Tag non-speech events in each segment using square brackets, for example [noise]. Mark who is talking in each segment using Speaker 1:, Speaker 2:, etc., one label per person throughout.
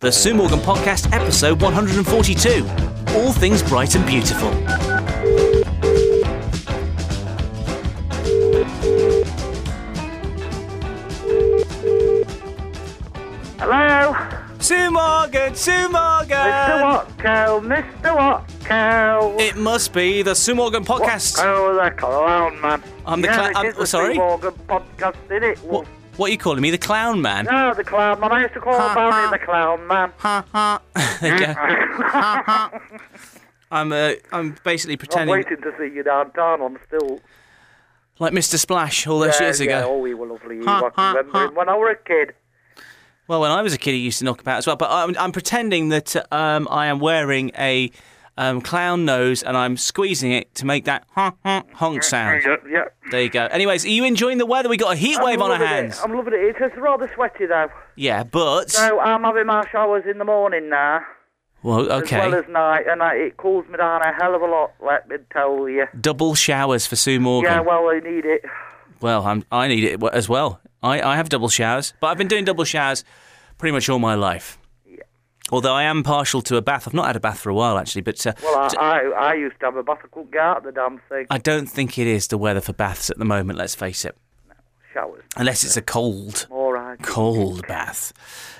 Speaker 1: The Sue Morgan Podcast, episode 142 All Things Bright and Beautiful.
Speaker 2: Hello?
Speaker 1: Sue Morgan, Sue
Speaker 2: Mr.
Speaker 1: Morgan!
Speaker 2: Watco, Mr. Watco.
Speaker 1: It must be the Sue Morgan Podcast.
Speaker 2: Oh, the clown man.
Speaker 1: I'm the cla-
Speaker 2: yeah, it
Speaker 1: I'm- oh,
Speaker 2: is the
Speaker 1: sorry?
Speaker 2: Steve Morgan podcast, is it?
Speaker 1: What, what are you calling me? The Clown Man?
Speaker 2: No, the clown man. I used to call
Speaker 1: Ha, ha.
Speaker 2: Barney the clown man.
Speaker 1: [laughs] There you go. [laughs] I'm, uh, I'm basically
Speaker 2: I'm
Speaker 1: pretending
Speaker 2: waiting to see you downtown. I'm still.
Speaker 1: like Mr. Splash all those
Speaker 2: Yeah,
Speaker 1: years
Speaker 2: yeah,
Speaker 1: ago.
Speaker 2: oh, we were lovely. You
Speaker 1: Ha,
Speaker 2: I
Speaker 1: ha,
Speaker 2: can remember
Speaker 1: ha.
Speaker 2: him when I were a kid.
Speaker 1: Well, when I was a kid, he used to knock about as well. But I'm, I'm pretending that um, I am wearing a um, clown nose and I'm squeezing it to make that honk, honk, honk sound.
Speaker 2: Yeah, yeah.
Speaker 1: There you go. Anyways, are you enjoying the weather? We got a heat
Speaker 2: I'm
Speaker 1: wave on our
Speaker 2: loving it.
Speaker 1: hands.
Speaker 2: I'm loving it. It's rather sweaty though.
Speaker 1: Yeah, but
Speaker 2: So I'm having my showers in the morning now,
Speaker 1: well,
Speaker 2: as well
Speaker 1: okay.
Speaker 2: as night, and I, it cools me down a hell of a lot. Let me tell you.
Speaker 1: Double showers for Sue Morgan.
Speaker 2: Yeah, well, I need it.
Speaker 1: Well, I'm, I need it as well. I, I have double showers, but I've been doing double showers pretty much all my life. Although I am partial to a bath. I've not had a bath for a while actually, but uh,
Speaker 2: Well, I, I, I used to have a bath. I couldn't get out of the damn thing.
Speaker 1: I don't think it is the weather for baths at the moment. Let's face it,
Speaker 2: Showers.
Speaker 1: unless it's a cold.
Speaker 2: All right.
Speaker 1: cold bath.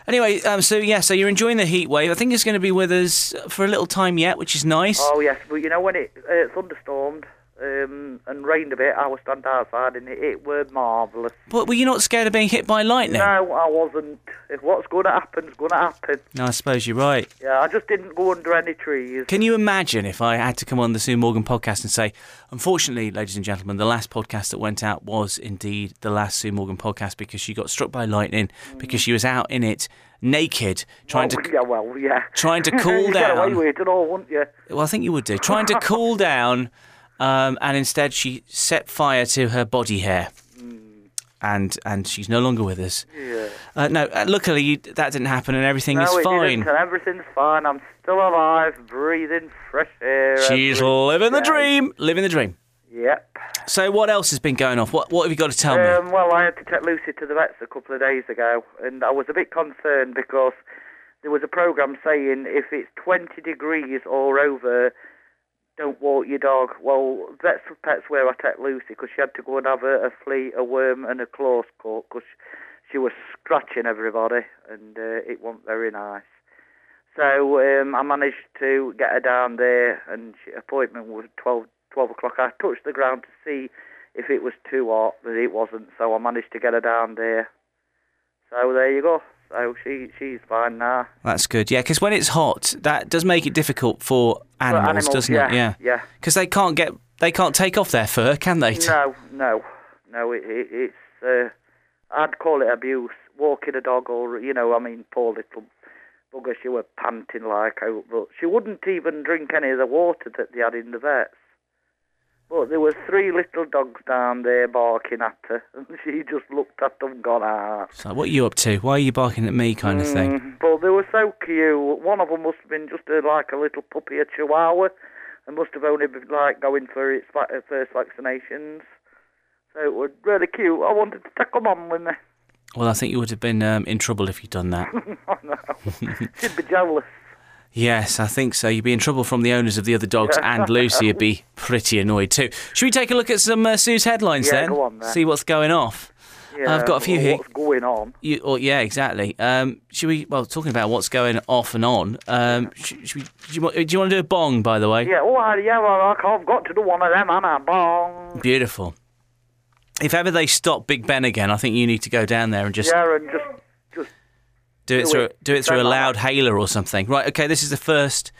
Speaker 1: Anyway, um, so yeah, so you're enjoying the heat wave. I think it's going to be with us for a little time yet, which is nice.
Speaker 2: Oh, yes. But you know, when it uh, thunderstormed um, and rained a bit, I was stand outside and it, it were marvellous.
Speaker 1: But were you not scared of being hit by lightning?
Speaker 2: No, I wasn't. If what's going to happen's going to happen.
Speaker 1: No, I suppose you're right.
Speaker 2: Yeah, I just didn't go under any trees.
Speaker 1: Can you imagine if I had to come on the Sue Morgan podcast and say, unfortunately, ladies and gentlemen, the last podcast that went out was indeed the last Sue Morgan podcast because she got struck by lightning because she was out in it naked trying
Speaker 2: Oh,
Speaker 1: to
Speaker 2: yeah, well, yeah.
Speaker 1: trying
Speaker 2: [laughs]
Speaker 1: to cool
Speaker 2: You'd get away
Speaker 1: down.
Speaker 2: with it and all, wouldn't you?
Speaker 1: Well, I think you would do. Trying to cool down, um, and instead she set fire to her body hair, and and she's no longer with us.
Speaker 2: Yeah.
Speaker 1: Uh, no, uh, luckily you, that didn't happen, and everything
Speaker 2: no,
Speaker 1: is
Speaker 2: it
Speaker 1: fine.
Speaker 2: Didn't, and everything's fine. I'm still alive, breathing fresh air.
Speaker 1: She's
Speaker 2: every
Speaker 1: living the
Speaker 2: day.
Speaker 1: dream, living the dream.
Speaker 2: Yep.
Speaker 1: So what else has been going off? What what have you got to tell me?
Speaker 2: Um, well, I had to take Lucy to the vets a couple of days ago, and I was a bit concerned because there was a program saying if it's 20 degrees or over, don't walk your dog. Well, vets for pets where I took Lucy because she had to go and have a, a flea, a worm, and a claw cut because she was scratching everybody, and uh, it wasn't very nice. So um, I managed to get her down there, and she, appointment was 12, 12 o'clock. I touched the ground to see if it was too hot, but it wasn't. So I managed to get her down there. So there you go. So she she's fine now.
Speaker 1: That's good. Yeah, because when it's hot, that does make it difficult for
Speaker 2: But
Speaker 1: animals, doesn't
Speaker 2: yeah,
Speaker 1: it? Yeah.
Speaker 2: yeah.
Speaker 1: Because they can't get they can't take off their fur, can they?
Speaker 2: No, no, no. It, it, it's uh, I'd call it abuse. Walking a dog, or you know, I mean, poor little bugger. She were panting like out, but she wouldn't even drink any of the water that they had in the vets. But there was three little dogs down there barking at her, [laughs] and she just looked at them, gone ah.
Speaker 1: So what are you up to? Why are you barking at me, kind of thing?
Speaker 2: Mm, But they were so cute. One of them must have been just a, like a little puppy, a chihuahua, and must have only been like going for its va- uh, first vaccinations. So it was really cute. I wanted to take them on with me. [laughs]
Speaker 1: Well, I think you would have been um, in trouble if you'd done that.
Speaker 2: I know. She'd be jealous.
Speaker 1: Yes, I think so. You'd be in trouble from the owners of the other
Speaker 2: [laughs]
Speaker 1: dogs, and Lucy would be pretty annoyed too. Should we take a look at some uh, Sue's headlines
Speaker 2: Yeah,
Speaker 1: then?
Speaker 2: go on then.
Speaker 1: See what's going off.
Speaker 2: Yeah,
Speaker 1: I've got a few here.
Speaker 2: What's going on?
Speaker 1: You, or, yeah, exactly. Um, should we? Well, talking about what's going off and on. Um, should, should we? Do you, want- do you want to do a bong, by the way?
Speaker 2: Yeah, oh, I- yeah, well, I- I've got to do one of them, and I bong.
Speaker 1: Beautiful. If ever they stop Big Ben again, I think you need to go down there and just
Speaker 2: Yeah, and just, just
Speaker 1: Do it
Speaker 2: Do
Speaker 1: through
Speaker 2: it.
Speaker 1: do it through a
Speaker 2: Don't
Speaker 1: loud
Speaker 2: like
Speaker 1: hailer or something. Right, okay, this is the first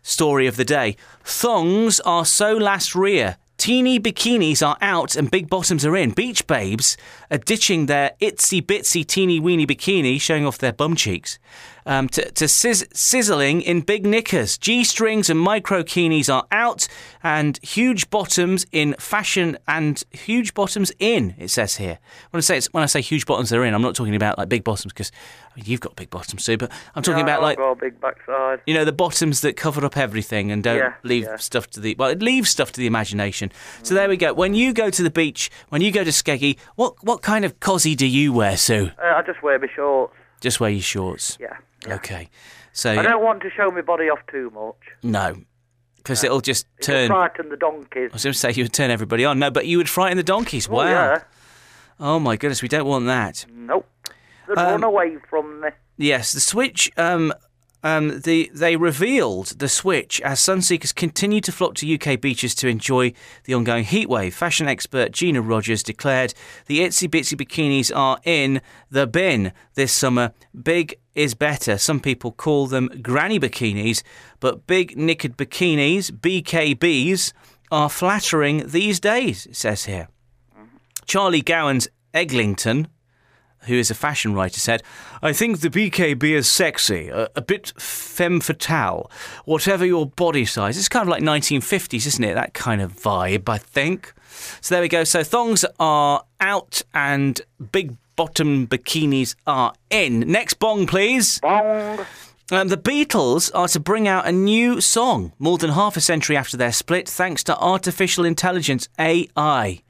Speaker 1: story of the day. Thongs are so last rear. Teeny bikinis are out and big bottoms are in. Beach babes are ditching their itsy bitsy teeny weeny bikini, showing off their bum cheeks, um, to, to sizz- sizzling in big knickers. G strings and micro bikinis are out, and huge bottoms in fashion and huge bottoms in. It says here. When I say it's, when I say huge bottoms are in, I'm not talking about like big bottoms because I mean, you've got big bottoms too. But I'm talking
Speaker 2: Yeah,
Speaker 1: about
Speaker 2: I've
Speaker 1: like
Speaker 2: got a big backside.
Speaker 1: you know the bottoms that cover up everything and don't
Speaker 2: Yeah,
Speaker 1: leave
Speaker 2: yeah.
Speaker 1: stuff to the well it leaves stuff to the imagination so there we go when you go to the beach when you go to skeggy what what kind of cosy do you wear sue
Speaker 2: Uh, I just wear my shorts.
Speaker 1: Just wear your shorts.
Speaker 2: Yeah.
Speaker 1: Okay. So
Speaker 2: I don't want to show my body off too much.
Speaker 1: no, because it'll just
Speaker 2: It'll
Speaker 1: turn. I
Speaker 2: frighten the donkeys.
Speaker 1: was going to say you would turn everybody on. No, but you would frighten the donkeys.
Speaker 2: Oh,
Speaker 1: wow.
Speaker 2: yeah.
Speaker 1: Oh my goodness, we don't want that.
Speaker 2: Nope. They'd
Speaker 1: Um,
Speaker 2: run away from me.
Speaker 1: Yes, the Switch. Um, um, the they revealed the Switch as sunseekers continue to flock to UK beaches to enjoy the ongoing heatwave. Fashion expert Gina Rogers declared the itsy bitsy bikinis are in the bin this summer. Big is better. Some people call them granny bikinis, but big knickered bikinis (BKBs) are flattering these days. It says here. Charlie Gowan's Eglinton, who is a fashion writer, said, I think the BKB is sexy, a, a bit femme fatale, whatever your body size. It's kind of like 1950s, isn't it? That kind of vibe, I think. So there we go. So thongs are out and big bottom bikinis are in. Next bong, please.
Speaker 2: Bong.
Speaker 1: Um, the Beatles are to bring out a new song more than half a century after their split, thanks to artificial intelligence, AI.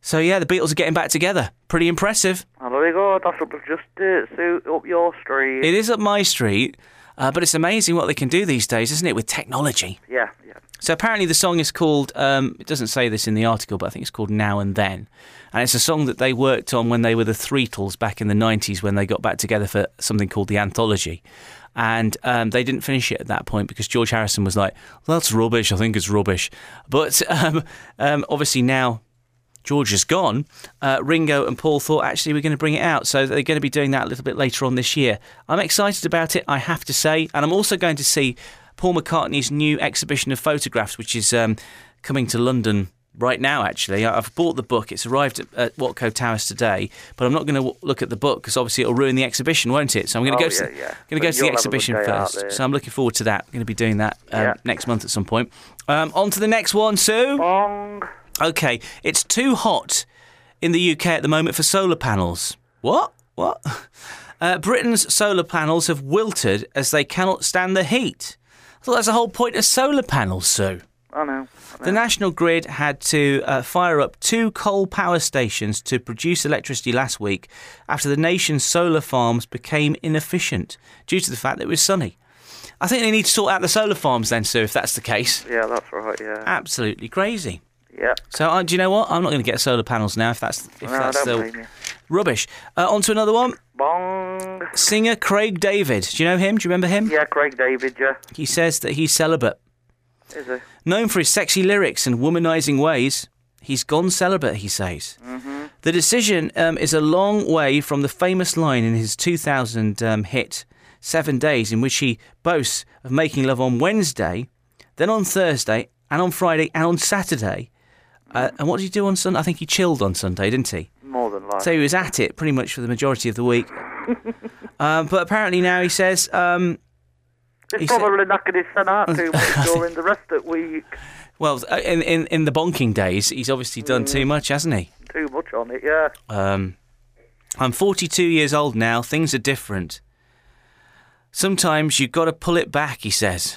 Speaker 1: So, yeah, the Beatles are getting back together. Pretty impressive.
Speaker 2: Oh, there we go. That'll be just uh, suit up your street.
Speaker 1: It is up my street, uh, but it's amazing what they can do these days, isn't it, with technology?
Speaker 2: yeah, yeah.
Speaker 1: So, apparently, the song is called, um, it doesn't say this in the article, but I think it's called Now and Then. And it's a song that they worked on when they were the Threetles back in the 90s when they got back together for something called The Anthology. And um, they didn't finish it at that point because George Harrison was like, that's rubbish. I think it's rubbish. But [laughs] um, um, obviously, now George is gone, uh, Ringo and Paul thought actually we're going to bring it out. So they're going to be doing that a little bit later on this year. I'm excited about it, I have to say. And I'm also going to see Paul McCartney's new exhibition of photographs, which is um, coming to London right now, actually. I- I've bought the book, it's arrived at, at Watco Towers today, but I'm not going to w- look at the book because obviously it'll ruin the exhibition, won't it? So I'm going to
Speaker 2: Oh,
Speaker 1: go to,
Speaker 2: yeah, yeah.
Speaker 1: Gonna
Speaker 2: But
Speaker 1: go to the
Speaker 2: you'll have a good
Speaker 1: exhibition
Speaker 2: day out
Speaker 1: first.
Speaker 2: there.
Speaker 1: So I'm looking forward to that. I'm going to be doing that um,
Speaker 2: Yeah.
Speaker 1: next month at some point. Um, on to the next one, Sue.
Speaker 2: Bong.
Speaker 1: Okay, it's too hot in the UK at the moment for solar panels. What? What? [laughs] Uh, Britain's solar panels have wilted as they cannot stand the heat. I thought that's the whole point of solar panels, Sue.
Speaker 2: I know.
Speaker 1: The national grid had to uh, fire up two coal power stations to produce electricity last week after the nation's solar farms became inefficient due to the fact that it was sunny. I think they need to sort out the solar farms then, Sue, if that's the case.
Speaker 2: Yeah, that's right,
Speaker 1: Ah.
Speaker 2: yeah.
Speaker 1: Absolutely crazy.
Speaker 2: yeah.
Speaker 1: So, uh, do you know what? I'm not going to get solar panels now if that's if
Speaker 2: No, I
Speaker 1: that's
Speaker 2: don't
Speaker 1: still
Speaker 2: blame you.
Speaker 1: rubbish. Uh, on to another one.
Speaker 2: Bong.
Speaker 1: Singer Craig David. Do you know him? Do you remember him?
Speaker 2: Yeah, Craig David, yeah.
Speaker 1: He says that he's celibate,
Speaker 2: Is he?
Speaker 1: known for his sexy lyrics and womanizing ways. He's gone celibate, he says.
Speaker 2: Mm-hmm.
Speaker 1: The decision um, is a long way from the famous line in his 2000 um, hit Seven Days, in which he boasts of making love on Wednesday, then on Thursday, and on Friday, and on Saturday. Uh, and what did he do on Sunday? I think he chilled on Sunday, didn't he?
Speaker 2: More than likely.
Speaker 1: So he was at it pretty much for the majority of the week. um, but apparently now he says um, he
Speaker 2: He's
Speaker 1: said-
Speaker 2: probably knocking his son out too
Speaker 1: [laughs]
Speaker 2: much during the rest of the week.
Speaker 1: Well, uh, in, in in the bonking days, he's obviously done too much, hasn't he?
Speaker 2: Too much on it, yeah.
Speaker 1: Um, I'm 42 years old now. Things are different. Sometimes you've got to pull it back. He says.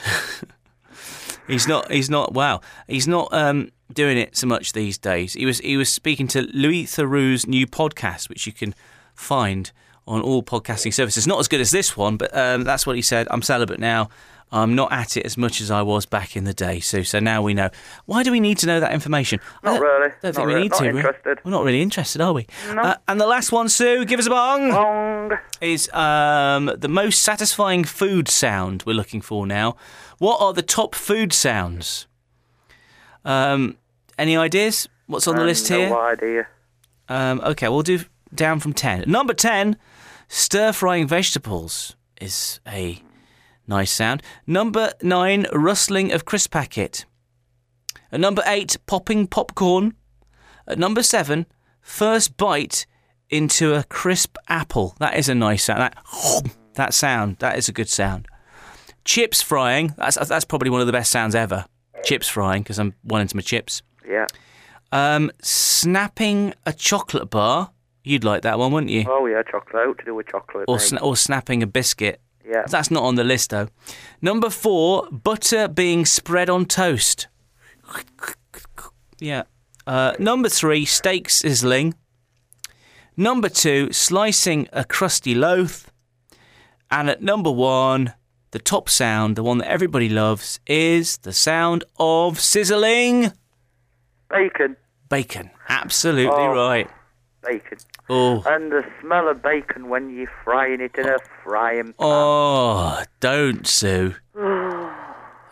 Speaker 1: [laughs] he's not. He's not. Wow. He's not um, doing it so much these days. He was. He was speaking to Louis Theroux's new podcast, which you can find on all podcasting services. Not as good as this one, but um, that's what he said. I'm celibate now. I'm not at it as much as I was back in the day. So, so now we know. Why do we need to know that information? I
Speaker 2: Not
Speaker 1: don't-
Speaker 2: really.
Speaker 1: Don't think
Speaker 2: Not
Speaker 1: we
Speaker 2: re-
Speaker 1: need
Speaker 2: not
Speaker 1: to. We're-
Speaker 2: interested.
Speaker 1: We're not really interested, are we? Uh, and the last one, Sue, give us a bong
Speaker 2: Bong.
Speaker 1: is um, the most satisfying food sound we're looking for now. What are the top food sounds? Um, any ideas? What's on the
Speaker 2: Um,
Speaker 1: list
Speaker 2: no
Speaker 1: here?
Speaker 2: idea.
Speaker 1: Um, okay, we'll do down from 10. Number 10, stir frying vegetables is a nice sound. Number 9, rustling of crisp packet. At number 8, popping popcorn. At number 7, first bite into a crisp apple. That is a nice sound. That, [laughs] that sound, that is a good sound. Chips frying, that's, that's probably one of the best sounds ever. Chips frying, because I'm one into my chips.
Speaker 2: Yeah.
Speaker 1: Um, snapping a chocolate bar. You'd like that one, wouldn't you?
Speaker 2: Oh, yeah, chocolate. Out to do with chocolate.
Speaker 1: Or,
Speaker 2: mate.
Speaker 1: sna- or snapping a biscuit.
Speaker 2: yeah.
Speaker 1: That's not on the list, though. Number four, butter being spread on toast. Yeah. Uh, number three, steak sizzling. Number two, slicing a crusty loaf. And at number one, the top sound, the one that everybody loves, is the sound of sizzling
Speaker 2: Bacon.
Speaker 1: bacon. Absolutely
Speaker 2: Oh.
Speaker 1: right.
Speaker 2: Bacon.
Speaker 1: Oh,
Speaker 2: And the smell of bacon when you're frying it in a frying pan.
Speaker 1: oh, don't, Sue.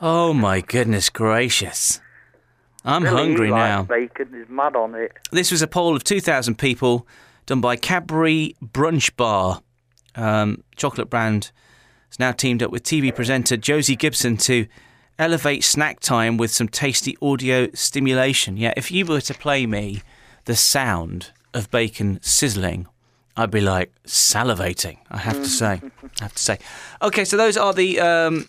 Speaker 1: Oh my goodness gracious. I'm
Speaker 2: Really,
Speaker 1: hungry
Speaker 2: he likes
Speaker 1: now.
Speaker 2: Bacon is mad on it.
Speaker 1: This was a poll of 2,000 people done by Cadbury Brunch Bar. Um, chocolate brand has now teamed up with TV presenter Josie Gibson to elevate snack time with some tasty audio stimulation. Yeah, if you were to play me the sound of bacon sizzling, I'd be like salivating, I have to say. I have to say. Okay, so those are the um,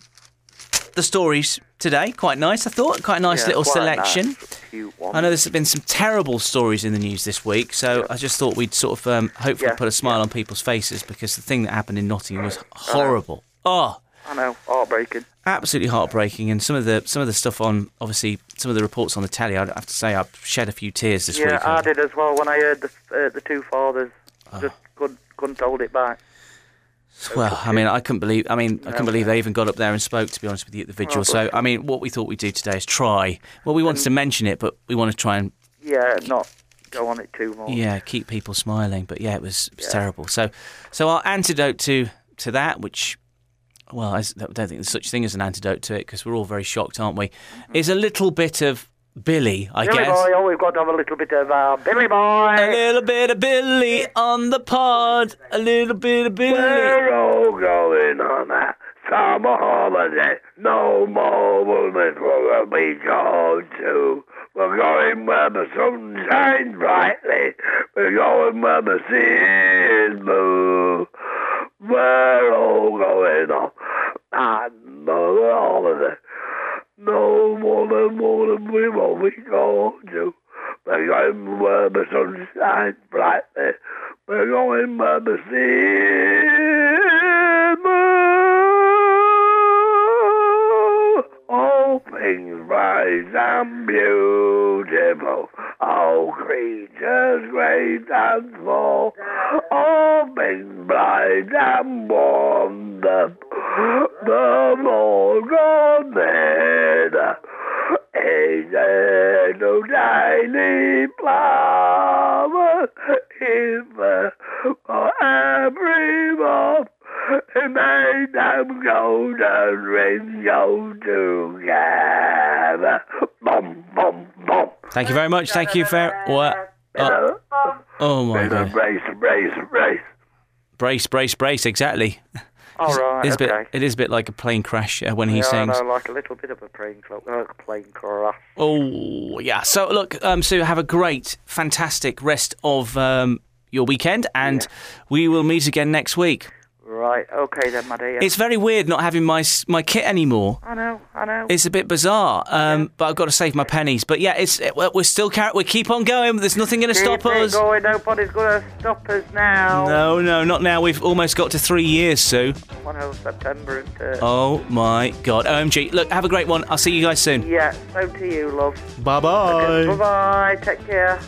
Speaker 1: the stories today. Quite nice, I thought. Quite a nice
Speaker 2: Yeah,
Speaker 1: little
Speaker 2: quite a nice
Speaker 1: selection.
Speaker 2: cute one.
Speaker 1: I know there's been some terrible stories in the news this week, so I just thought we'd sort of um, hopefully
Speaker 2: Yeah,
Speaker 1: put a smile on people's faces because the thing that happened in Nottingham was horrible. Oh,
Speaker 2: I know. Heartbreaking.
Speaker 1: absolutely heartbreaking! And some of the some of the stuff on obviously some of the reports on the telly, I'd have to say I've shed a few tears this
Speaker 2: Yeah,
Speaker 1: week.
Speaker 2: I did as well when I heard the uh, the two fathers.
Speaker 1: Ah.
Speaker 2: Just couldn't couldn't hold it back.
Speaker 1: Well, I mean, I couldn't believe. I mean, I couldn't
Speaker 2: No.
Speaker 1: believe they even got up there and spoke. To be honest with you, at the vigil.
Speaker 2: Oh,
Speaker 1: so, I mean, what we thought we'd do today is try. Well, we wanted to mention it, but we want to try and
Speaker 2: Yeah, not go on it too much.
Speaker 1: Yeah, keep people smiling. But yeah, it was, it was terrible. So, so our antidote to to that, which, well, I s- I don't think there's such thing as an antidote to it because we're all very shocked, aren't we? Is a little bit of Billy, I
Speaker 2: Mm-hmm. Billy
Speaker 1: guess.
Speaker 2: boy, oh, we've got to have a little bit of uh, Billy
Speaker 1: A
Speaker 2: boy.
Speaker 1: little bit of Billy on the pod. A little bit of Billy.
Speaker 3: We're all going on a summer holiday. No more will this will be gone to. We're going where the sun shines brightly. We're going where the sea is blue. We're all going on another holiday. No more than more than we will be gone to. We're going where the sun shines brightly. We're going by the sea. All things rise and beautiful. All creatures great and small. All things bright and wonderful. The Lord God made us. Is a no tiny flower in the for every month and made them gold and ring gold together. Bum bum bum.
Speaker 1: Thank you very much. Thank you for what. Oh, oh my god!
Speaker 3: Brace, brace, brace, brace.
Speaker 1: Brace, brace, brace. Exactly.
Speaker 2: All right,
Speaker 1: It is a
Speaker 2: okay.
Speaker 1: bit. It is a bit like a plane crash uh, when he
Speaker 2: yeah, I
Speaker 1: sings.
Speaker 2: know, like a little bit of a plane crash. Uh, plane crash.
Speaker 1: Oh yeah. So look, um, Sue, have a great, fantastic rest of um, your weekend, and we will meet again next week.
Speaker 2: Right, okay then, my dear.
Speaker 1: It's very weird not having my s- my kit anymore.
Speaker 2: I know, I know.
Speaker 1: It's a bit bizarre, um, but I've got to save my pennies. But yeah, it's it, we're we're still car- we keep on going. There's nothing going to stop
Speaker 2: Keep it
Speaker 1: us.
Speaker 2: Going. Nobody's going to stop us now.
Speaker 1: No, no, not now. We've almost got to three years, Sue.
Speaker 2: One of September and uh,
Speaker 1: Oh my God. OMG. Look, have a great one. I'll see you guys soon.
Speaker 2: Yeah, so to you, love.
Speaker 1: Bye bye.
Speaker 2: Bye bye. Take care.